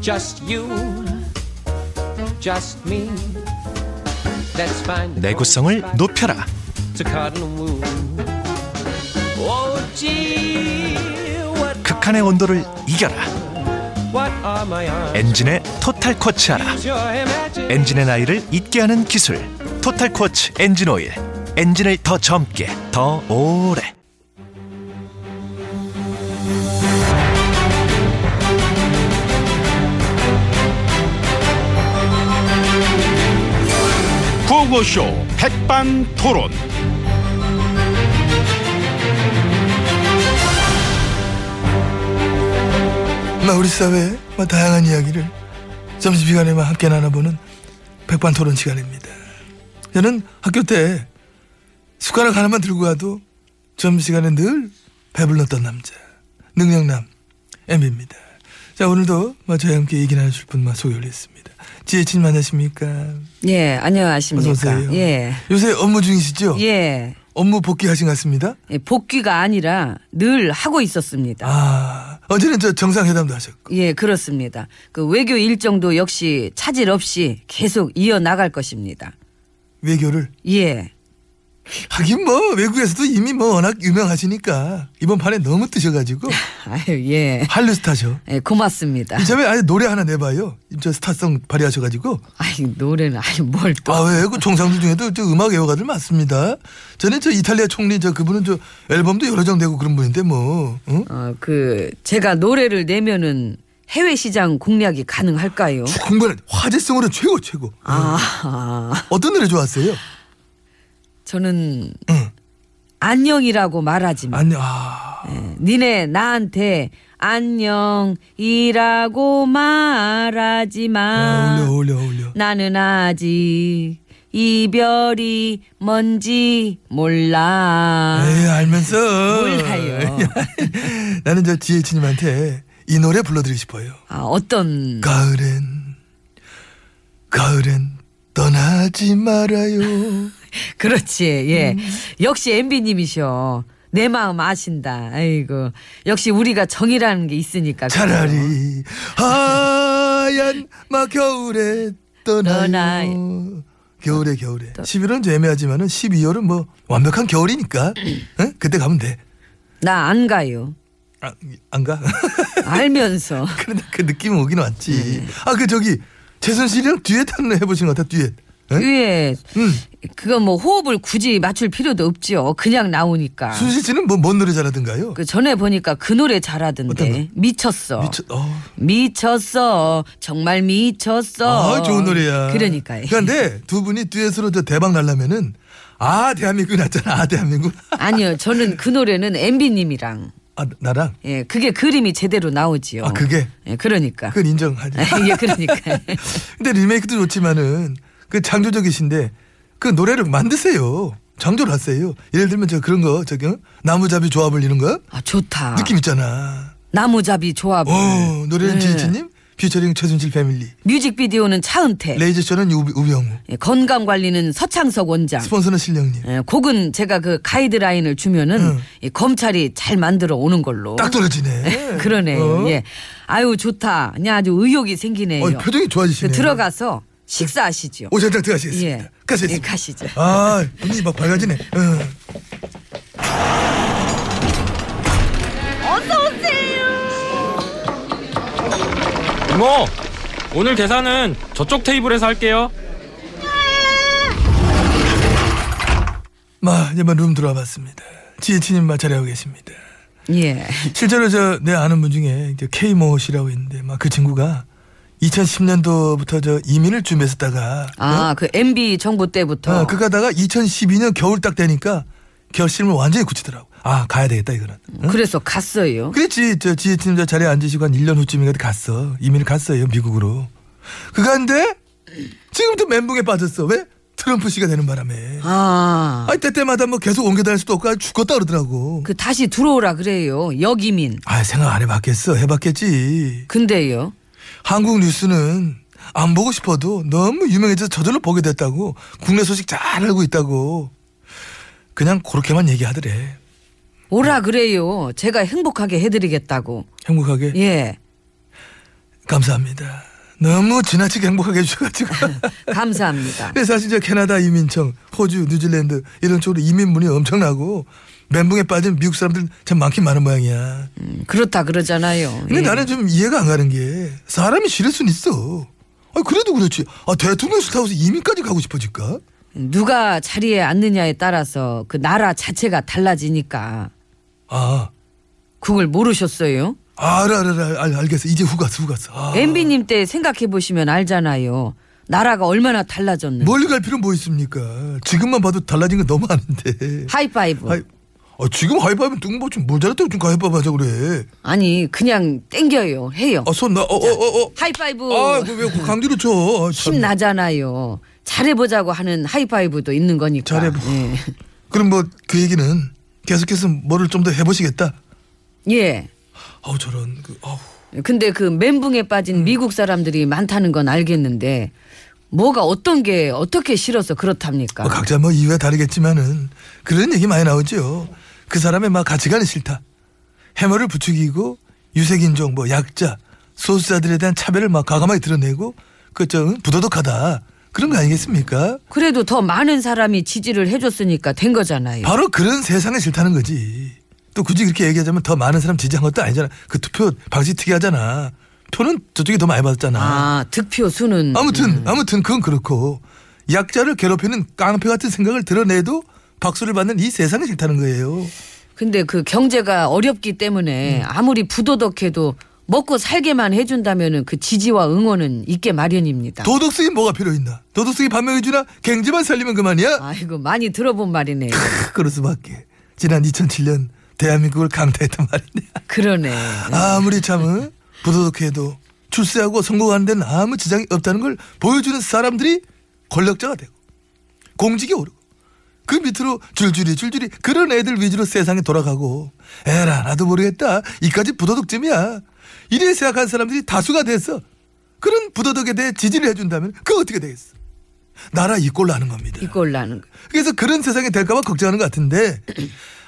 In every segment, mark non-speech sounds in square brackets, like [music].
Just you, just me. Let's find the 내구성을 cold spot 높여라. to cut and woo. Oh, gee, what, 극한의 온도를 이겨라. what are my arms? 엔진의 토탈 코치하라. Your imagination. 엔진의 나이를 잊게 하는 기술. 토탈 코치 엔진 오일. 엔진을 더 젊게, 더 오래. 구호쇼 백반 토론. 막 우리 사회의 막 다양한 이야기를 점심시간에 막 함께 나눠보는 백반토론 시간입니다. 저는 학교 때 숟가락 하나만 들고 가도 점심시간에 늘 배불렀던 남자 능력남 MB입니다. 자 오늘도 막 저와 함께 얘기 나누실 분만 소개 올렸습니다. 지혜진님 안녕하십니까? 예, 안녕하십니까. 어서 오세요. 어. 예. 요새 업무 중이시죠? 예. 업무 복귀하신 것 같습니다. 예, 복귀가 아니라 늘 하고 있었습니다. 아 어제는 저 정상회담도 하셨고 예, 그렇습니다. 그 외교 일정도 역시 차질 없이 계속 이어 나갈 것입니다. 외교를 예. 하긴 뭐 외국에서도 이미 뭐 워낙 유명하시니까 이번 판에 너무 뜨셔가지고 아유, 예. 한류 스타죠. 예, 고맙습니다. 이참에 아예 노래 하나 내봐요. 저 스타성 발휘하셔가지고. 아이, 노래는, 아이, 뭘 또. 아, 왜? 그 정상들 중에도 저 음악 애호가들 많습니다. 전에 저 이탈리아 총리 저 그분은 저 앨범도 여러 장 내고 그런 분인데 뭐. 응? 어, 그, 제가 노래를 내면은 해외 시장 공략이 가능할까요? 공부는 화제성으로 최고 최고. 아, 어떤 노래 좋았어요? 저는 응. 안녕이라고 말하지 마. 아니, 아. 니네 나한테 안녕이라고 말하지 마. 어울려, 어울려, 어울려. 나는 아직 이별이 뭔지 몰라. 에이, 네, 알면서. 몰라요. [laughs] 나는 저 지혜진님한테 이 노래 불러드리고 싶어요. 아, 어떤 가을엔, 가을엔 떠나지 말아요. 그렇지. 음. 예. 역시 MB 님이셔. 내 마음 아신다. 아이고. 역시 우리가 정이라는 게 있으니까. 그래요. 차라리 하얀 막 겨울에 떠나요. 떠나요. 겨울에 겨울에. 11월은 좀 애매하지만은 12월은 뭐 완벽한 겨울이니까. 응? 그때 가면 돼. 나 안 가요. 아, 안 가? [laughs] 알면서. 그런데 그 느낌 오긴 왔지. 아 그 저기 최순실이랑 듀엣 한번 해보신 것 같아. 듀엣. 응? 예. 응. 그건 뭐 호흡을 굳이 맞출 필요도 없지요. 그냥 나오니까. 순실 씨는 뭐 뭔 노래 잘하던가요? 그 전에 보니까 그 노래 잘하던데. 어떤 미쳤어. 미쳤. 어. 미쳤어. 정말 미쳤어. 아 좋은 노래야. 그러니까요. 그런데 두 분이 듀엣으로 저 대박 날라면은 아 대한민국 났잖아. 아 대한민국. [laughs] 아니요. 저는 그 노래는 MB님이랑. 아 나랑. 예, 그게 그림이 제대로 나오지요. 아 그게. 예, 그러니까. [laughs] 그건 인정하지. 예, [laughs] 그러니까. 근데 리메이크도 좋지만은 그 창조적이신데 그 노래를 만드세요. 창조를 하세요. 예를 들면 저 그런 거 저기 어? 나무잡이 조합을 이런 거 아, 네. 좋다. 느낌 있잖아. 나무잡이 조합. 어 노래는 지지님 피처링 최순실 패밀리 뮤직비디오는 차은태. 레이저쇼는 우비- 우병우 예, 건강 관리는 서창석 원장. 스폰서는 신령님 예, 곡은 제가 그 가이드라인을 주면은 이 검찰이 잘 만들어 오는 걸로. 딱 떨어지네. [laughs] 그러네요. 어? 예. 아유 좋다. 그냥 아주 의욕이 생기네요. 어, 표정이 그 좋아지시네. 들어가서 식사하시죠. 오셨다 들어가시겠습니다. 예. 예, 가시겠습니다. 가시죠. 아 눈이 막 밝아지네. 어. 이모 오늘 계산은 저쪽 테이블에서 할게요 마 이제 막 룸 들어와 봤습니다. 지혜치님 마 잘하고 계십니다. 예. 실제로 저 내 아는 분 중에 이제 K모 씨라고 있는데 막 그 친구가 2010년도부터 저 이민을 준비했었다가 아 그 MB 정부 때부터. 어, 그 가다가 2012년 겨울 딱 되니까 결심을 완전히 굳히더라고. 아 가야 되겠다 이거는. 응? 래서 갔어요. 그랬지 저 지혜팀 저 자리에 앉으시고 한 1년 후쯤인가 갔어. 이민을 갔어요 미국으로. 그간데 지금도 멘붕에 빠졌어. 왜? 트럼프 씨가 되는 바람에. 아. 아 때때마다 뭐 계속 옮겨 다닐 수도 없고 아주 죽었다 그러더라고. 그 다시 들어오라 그래요. 역이민. 아 생각 안 해봤겠어. 해봤겠지. 근데요. 한국 뉴스는 안 보고 싶어도 너무 유명해져서 저절로 보게 됐다고 국내 소식 잘 알고 있다고 그냥 그렇게만 얘기하더래 네. 오라 그래요. 제가 행복하게 해드리겠다고. 행복하게 예. 감사합니다. 너무 지나치게 행복하게 해주셔가지고. [laughs] 감사합니다. 근데 사실 이제 캐나다 이민청, 호주, 뉴질랜드 이런 쪽으로 이민문이 엄청나고 멘붕에 빠진 미국 사람들 참 많긴 많은 모양이야. 음, 그렇다 그러잖아요. 근데 예. 나는 좀 이해가 안 가는 게 사람이 싫을 순 있어. 아 그래도 그렇지. 아 대통령 스타워서 이민까지 가고 싶어질까? 누가 자리에 앉느냐에 따라서 그 나라 자체가 달라지니까 아 그걸 모르셨어요? 알아 알아 알아 알- 알겠어. 이제 후가스 후가스. 아, MB님 때 생각해 보시면 알잖아요. 나라가 얼마나 달라졌는지. 멀리 갈 필요 뭐 있습니까? 지금만 봐도 달라진 건 너무 아는데. 하이파이브. 하이, 아, 지금 하이파이브 뜬금없이 뭘 잘했다고 지금 그 하이파이브 하자 그래. 아니 그냥 땡겨요. 해요. 아 손 나 어 어 어 어. 하이파이브 아왜 강제로 쳐? 아, 참. 힘 나잖아요. 잘해보자고 하는 하이파이브도 있는 거니까. 잘해보- 예. 그럼 뭐 그 얘기는 계속해서 뭐를 좀 더 해보시겠다. 예. 아우 저런 그 아우. 근데 그 멘붕에 빠진 음. 미국 사람들이 많다는 건 알겠는데 뭐가 어떤 게 어떻게 싫어서 그렇답니까? 뭐 각자 뭐 이유가 다르겠지만은 그런 얘기 많이 나오죠. 그 사람의 막 가치관이 싫다. 해머를 부추기고 유색인종 뭐 약자 소수자들에 대한 차별을 막 과감하게 드러내고 그저 부도덕하다 그런 거 아니겠습니까? 그래도 더 많은 사람이 지지를 해줬으니까 된 거잖아요. 바로 그런 세상이 싫다는 거지. 또 굳이 그렇게 얘기하자면 더 많은 사람 지지한 것도 아니잖아. 그 투표 방식 특이하잖아. 표는 저쪽이 더 많이 받았잖아. 아 득표 수는 아무튼 아무튼 그건 그렇고 약자를 괴롭히는 깡패 같은 생각을 드러내도 박수를 받는 이 세상이 싫다는 거예요. 근데 그 경제가 어렵기 음. 때문에 아무리 부도덕해도 먹고 살게만 해준다면은 그 지지와 응원은 있게 마련입니다. 도덕성이 뭐가 필요 있나? 도덕성이 반명해주나 경제만 살리면 그만이야. 아이고 많이 들어본 말이네. 요 그럴 수밖에. 지난 2007년 대한민국을 강타했단 말이네. 그러네. 아무리 참은 어? 부도덕해도 출세하고 성공하는 데는 아무 지장이 없다는 걸 보여주는 사람들이 권력자가 되고 공직에 오르고 그 밑으로 줄줄이 줄줄이 그런 애들 위주로 세상에 돌아가고 에라 나도 모르겠다 이까지 부도덕쯤이야 이래 생각한 사람들이 다수가 됐어 그런 부도덕에 대해 지지를 해준다면 그 어떻게 되겠어 나라 이꼴 나는 겁니다 이꼴 나는 거. 그래서 그런 세상이 될까봐 걱정하는 것 같은데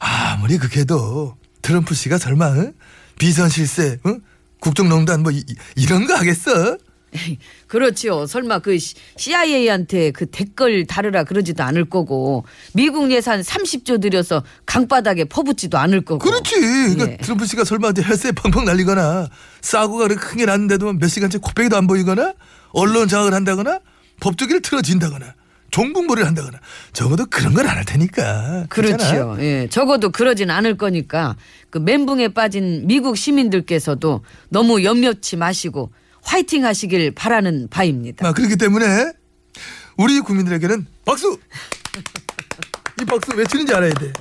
아무리 그게도 트럼프 씨가 설마 응? 비선 실세, 응? 국정농단 뭐 이, 런거 하겠어? 그렇지요. 설마 그 CIA한테 그 댓글 달으라 그러지도 않을 거고 미국 예산 30조 들여서 강바닥에 퍼붓지도 않을 거고. 그렇지. 그러니까 예. 트럼프 씨가 설마 이제 헬스에 팡팡 날리거나 싸고가 그렇게 큰게 났는데도 몇 시간째 코빼기도 안 보이거나 언론 장악을 한다거나 법조기를 틀어진다거나 종북몰이를 한다거나 적어도 그런 건 안 할 테니까. 괜찮아. 그렇지요. 예. 적어도 그러진 않을 거니까 그 멘붕에 빠진 미국 시민들께서도 너무 염려치 마시고 화이팅 하시길 바라는 바입니다. 아, 그렇기 때문에 우리 국민들에게는 박수! 이 박수 왜 치는지 알아야 돼.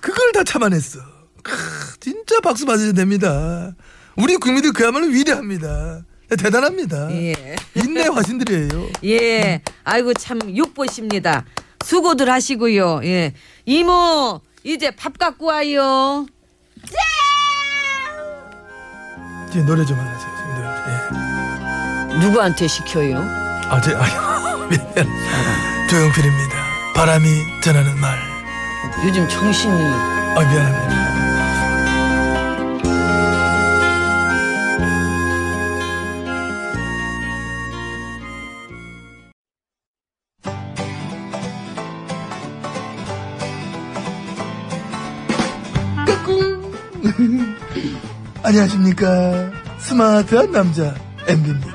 그걸 다 참아냈어. 크, 진짜 박수 받으셔야 됩니다. 우리 국민들 그야말로 위대합니다. 대단합니다. 예. 인내 화신들이에요. 예. 아이고 참 욕보십니다. 수고들 하시고요. 예. 이모 이제 밥 갖고 와요. 이제 노래 좀 하나 하세요. 지금 노래 좀. 예. 누구한테 시켜요? 아, [laughs] 제, 아유, 미안. 조용필입니다. 바람이 전하는 말. 요즘 정신이 아, 미안합니다. [laughs] 안녕하십니까 스마트한 남자 MB입니다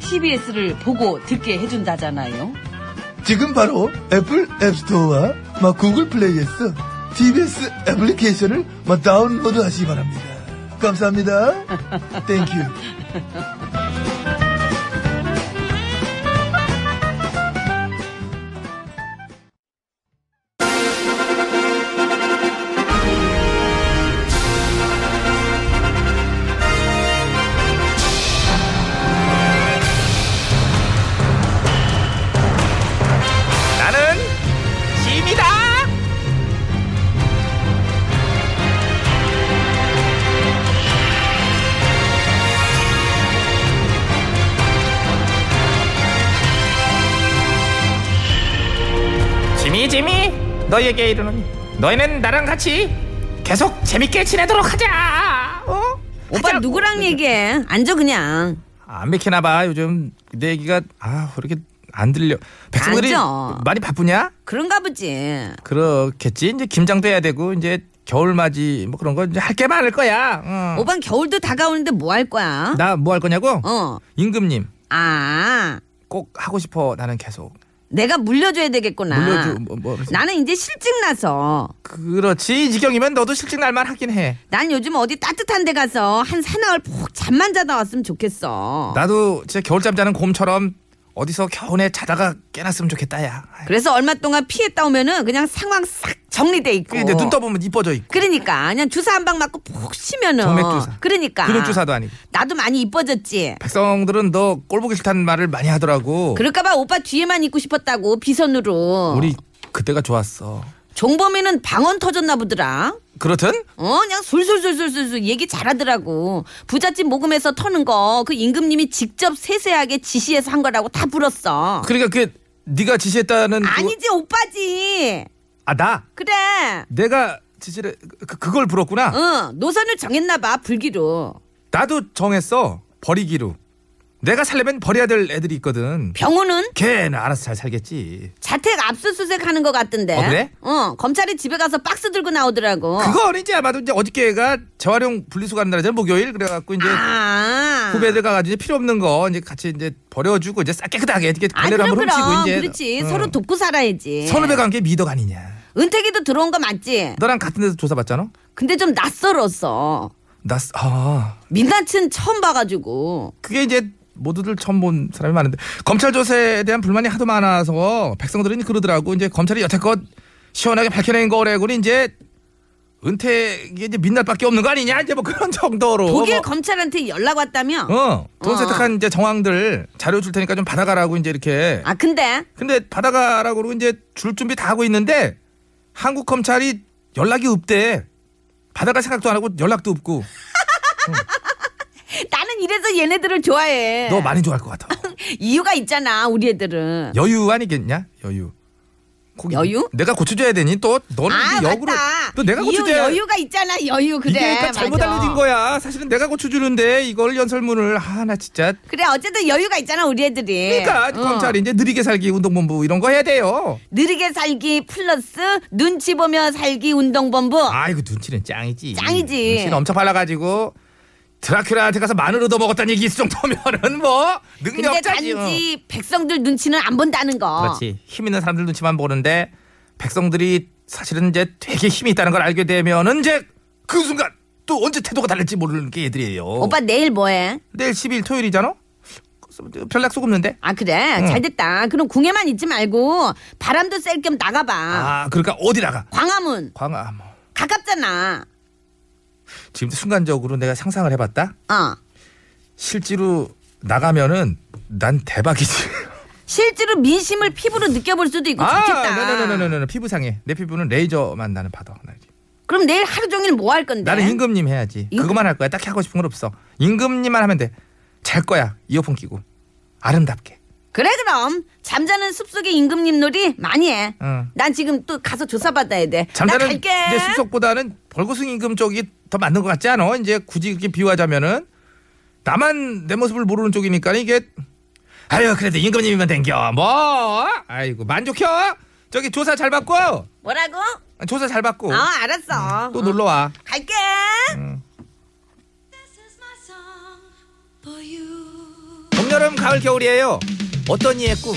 TBS를 보고 듣게 해준다잖아요. 지금 바로 애플 앱스토어와 막 구글 플레이에서 TBS 애플리케이션을 막 다운로드 하시기 바랍니다. 감사합니다. 땡큐. 너희에게 이르노니 너희는 나랑 같이 계속 재밌게 지내도록 하자. 어? 오빠 하자고. 누구랑 얘기해? 앉아 그냥. 안 맥히나 봐 요즘 내 얘기가 아 이렇게 안 들려. 백성들이 앉아. 많이 바쁘냐? 그런가 보지. 어. 그렇겠지. 이제 김장도 해야 되고 이제 겨울맞이 뭐 그런 거 이제 할 게 많을 거야. 어. 오빤 겨울도 다가오는데 뭐 할 거야? 나 뭐 할 거냐고? 어. 임금님 아. 꼭 하고 싶어 나는 계속 내가 물려줘야 되겠구나. 물려줘 뭐, 뭐. 아. 나는 이제 실증 나서 그렇지 이 지경이면 너도 실직 날만 하긴 해 난 요즘 어디 따뜻한 데 가서 한 사나흘 푹 잠만 자다 왔으면 좋겠어. 나도 진짜 겨울잠 자는 곰처럼 어디서 겨우내 자다가 깨났으면 좋겠다 야 그래서 얼마 동안 피했다 오면은 그냥 상황 싹 정리돼 있고. 그게 이제 눈 떠보면 이뻐져 있고 그러니까 그냥 주사 한 방 맞고 푹 쉬면은. 정맥주사. 그러니까. 근육 주사도 아니고 나도 많이 이뻐졌지. 백성들은 너 꼴보기 싫다는 말을 많이 하더라고 그럴까봐 오빠 뒤에만 있고 싶었다고 비선으로. 우리 그때가 좋았어 종범이는 방언 터졌나 보더라. 그렇든 어, 그냥 술술술술술술 얘기 잘하더라고. 부잣집 모금에서 터는 거 그 임금님이 직접 세세하게 지시해서 한 거라고 다 불었어. 그러니까 그게 네가 지시했다는 그거- 아니지 오빠지. 아, 나 그래. 내가 지시를 그, 그걸 불었구나 응, 노선을 정했나 봐 불기로. 나도 정했어 버리기로 내가 살려면 버려야 될 애들이 있거든 병호는 걔는 알아서 잘 살겠지 자택 압수수색 하는 것 같던데. 어, 그래? 어, 검찰이 집에 가서 박스 들고 나오더라고. 그건 이제 아마도 이제 어저께가 재활용 분리수거 하는 날이잖아 목요일 그래갖고 이제 아. 후배들과 가지고 이제 필요 없는 거 이제 같이 이제 버려주고 이제 싹 깨끗하게 이렇게 아, 걸레를 그럼 한번 훔치고 그럼. 이제 어. 그렇지. 응. 서로 돕고 살아야지. 선후배 관계 미덕 아니냐 은택이도 들어온 거 맞지? 너랑 같은 데서 조사받잖아 근데 좀 낯설었어. 나 아, 민간친 처음 봐가지고. 그게 이제 모두들 처음 본 사람이 많은데 검찰 조사에 대한 불만이 하도 많아서 백성들은 그러더라고 이제 검찰이 여태껏 시원하게 밝혀낸 거래고 이제 은퇴 이게 이제 민낯밖에 없는 거 아니냐 이제 뭐 그런 정도로 독일 뭐. 검찰한테 연락 왔다며? 어, 돈 어. 세탁한 이제 정황들 자료 줄 테니까 좀 받아가라고 이제 이렇게. 아 근데 근데 받아가라고 그러고 이제 줄 준비 다 하고 있는데 한국 검찰이 연락이 없대. 받아갈 생각도 안 하고 연락도 없고. 나는 이래서 얘네들을 좋아해. 너 많이 좋아할 것 같아. 이유가 있잖아 우리 애들은. 여유 아니겠냐? 여유. 거기 여유? 내가 고쳐줘야 되니 또 너는 아 이제 역으로 맞다. 또 내가 이유 고쳐줘야 여유가 있잖아 여유 그래. 이게 그러니까 잘못 맞아. 알려진 거야. 사실은 내가 고쳐주는데 이걸 연설문을 아, 하나 진짜. 그래 어쨌든 여유가 있잖아 우리 애들이. 그러니까 어. 검찰이 이제 느리게 살기 운동본부 이런 거 해야 돼요. 느리게 살기 플러스 눈치 보며 살기 운동본부. 아이고 그 눈치는 짱이지. 짱이지. 눈치는 엄청 발라가지고 드라큘라한테 가서 마늘 얻어 먹었다는 얘기 있을 정도면은 뭐 근데 능력자지. 응. 단지 백성들 눈치는 안 본다는 거. 그렇지. 힘 있는 사람들 눈치만 보는데 백성들이 사실은 이제 되게 힘이 있다는 걸 알게 되면은 이제 그 순간 또 언제 태도가 달릴지 모르는 게 애들이에요. 오빠 내일 뭐해? 내일 10일 토요일이잖아. 별 약속 없는데. 아 그래 잘 됐다. 그럼 궁에만 있지 말고 바람도 쐴 겸 나가봐. 아 그러니까 어디 나가? 광화문 광화. 뭐. 가깝잖아. 지금 순간적으로 내가 상상을 해봤다. 어. 실제로 나가면은 난 대박이지. 실제로 민심을 피부로 느껴볼 수도 있고 좋겠다. 아, 네네네네네 피부 상해. 내 피부는 레이저만 나는 받아. 그럼 내일 하루 종일 뭐 할 건데? 나는 임금님 해야지. 임금- 그것만 할 거야. 딱히 하고 싶은 건 없어. 임금님만 하면 돼. 잘 거야. 이어폰 끼고 아름답게. 그래 그럼 잠자는 숲속의 임금님 놀이 많이 해. 응. 난 지금 또 가서 조사 받아야 돼. 나 어. 잠자는 갈게. 이제 수석보다는 벌거숭이 임금 쪽이 더 맞는 것 같지 않아? 이제 굳이 그렇게 비유하자면은 나만 내 모습을 모르는 쪽이니까 이게 아유 그래도 임금님이면 댕겨 뭐 아이고 만족해 저기 조사 잘 받고 뭐라고? 조사 잘 받고 아 알았어. 어. 또 놀러 와 갈게. 봄여름 가을 겨울이에요 어떤 이의 꿈